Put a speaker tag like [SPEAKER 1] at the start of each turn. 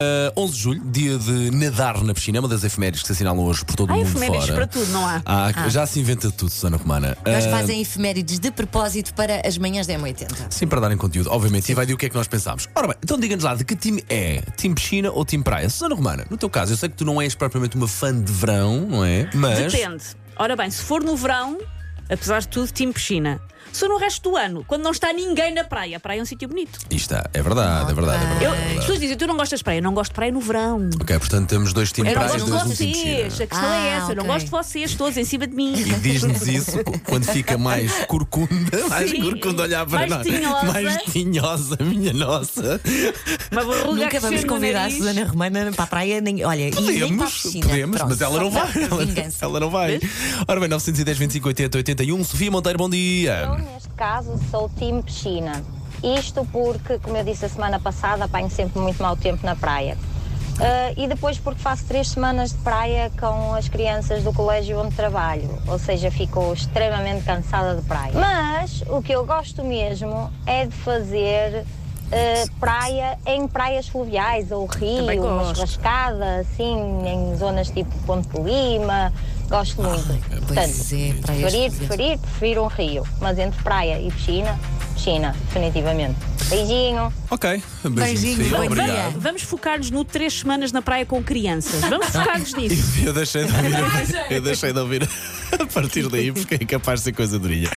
[SPEAKER 1] Uh, 11 de julho, dia de nadar na piscina, é uma das efemérides que se assinalam hoje por todo
[SPEAKER 2] Há
[SPEAKER 1] o mundo
[SPEAKER 2] efemérides
[SPEAKER 1] fora.
[SPEAKER 2] para tudo, não há? Ah.
[SPEAKER 1] Já se inventa tudo, Susana Romana.
[SPEAKER 3] Nós
[SPEAKER 1] Uh,
[SPEAKER 3] fazem efemérides de propósito para as manhãs da M80.
[SPEAKER 1] Sim, para darem conteúdo, obviamente. E vai dizer o que é que nós pensámos. Ora bem, então diga-nos lá, de que time é? Time piscina ou time praia? Susana Romana, no teu caso, eu sei que tu não és propriamente uma fã de verão, não é? Mas...
[SPEAKER 2] Depende. Ora bem, se for no verão, apesar de tudo, time piscina. Se for no resto do ano, quando não está ninguém na praia, a praia é um sítio bonito.
[SPEAKER 1] Isto está, é verdade, é verdade, é verdade.
[SPEAKER 2] Eu,
[SPEAKER 1] é
[SPEAKER 2] as
[SPEAKER 1] verdade.
[SPEAKER 2] pessoas dizem, tu não gostas de praia, eu não gosto de praia no verão.
[SPEAKER 1] Ok, portanto temos dois time
[SPEAKER 2] Eu não
[SPEAKER 1] praia e
[SPEAKER 2] gosto de
[SPEAKER 1] dois um time
[SPEAKER 2] vocês,
[SPEAKER 1] piscina.
[SPEAKER 2] a questão é
[SPEAKER 3] Ah,
[SPEAKER 2] essa, eu não
[SPEAKER 3] ok.
[SPEAKER 2] gosto de vocês todos em cima de mim.
[SPEAKER 1] E diz-nos isso cu- quando fica mais corcunda, mais
[SPEAKER 2] Sim.
[SPEAKER 1] corcunda a olhar para
[SPEAKER 2] Mais
[SPEAKER 1] nós.
[SPEAKER 2] tinhosa.
[SPEAKER 1] Mais tinhosa, minha nossa.
[SPEAKER 2] Uma verruga
[SPEAKER 3] Nunca
[SPEAKER 2] a
[SPEAKER 3] vamos
[SPEAKER 2] crescer no
[SPEAKER 3] convidar a
[SPEAKER 2] nariz.
[SPEAKER 3] Susana Romana para a praia, nem, olha, e nem para a
[SPEAKER 1] Podemos,
[SPEAKER 3] piscina.
[SPEAKER 1] podemos,
[SPEAKER 3] Pronto,
[SPEAKER 1] mas ela
[SPEAKER 3] só
[SPEAKER 1] não vai.
[SPEAKER 3] para
[SPEAKER 1] Ela,
[SPEAKER 3] vingança.
[SPEAKER 1] ela não vai. Ora bem, 910, 25, 80, 81. Sofia Monteiro, bom
[SPEAKER 4] Eu,
[SPEAKER 1] dia.
[SPEAKER 4] Então, neste caso, sou time piscina. Isto porque, como eu disse a semana passada, apanho sempre muito mau tempo na praia. Ah, e depois porque faço três semanas de praia com as crianças do colégio onde trabalho, ou seja, fico extremamente cansada de praia. Mas o que eu gosto mesmo é de fazer ah, praia em praias fluviais ou
[SPEAKER 2] Também
[SPEAKER 4] rio, uma
[SPEAKER 2] gosto.
[SPEAKER 4] churrascada, assim, em zonas tipo Ponte de Lima. Gosto muito.
[SPEAKER 3] Pois é, praias.
[SPEAKER 4] Preferir,
[SPEAKER 3] portuguesas.
[SPEAKER 4] preferir, prefiro um rio. Mas entre praia e piscina, piscina, definitivamente. Beijinho.
[SPEAKER 1] Ok, um
[SPEAKER 3] Beijinho,
[SPEAKER 1] Sofia,
[SPEAKER 3] bom
[SPEAKER 1] obrigado.
[SPEAKER 3] dia.
[SPEAKER 2] Vamos focar-nos no três semanas na praia com crianças. Vamos focar-nos nisso.
[SPEAKER 1] Eu deixei de ouvir, eu deixei de ouvir a partir daí porque é capaz de ser coisa durinha.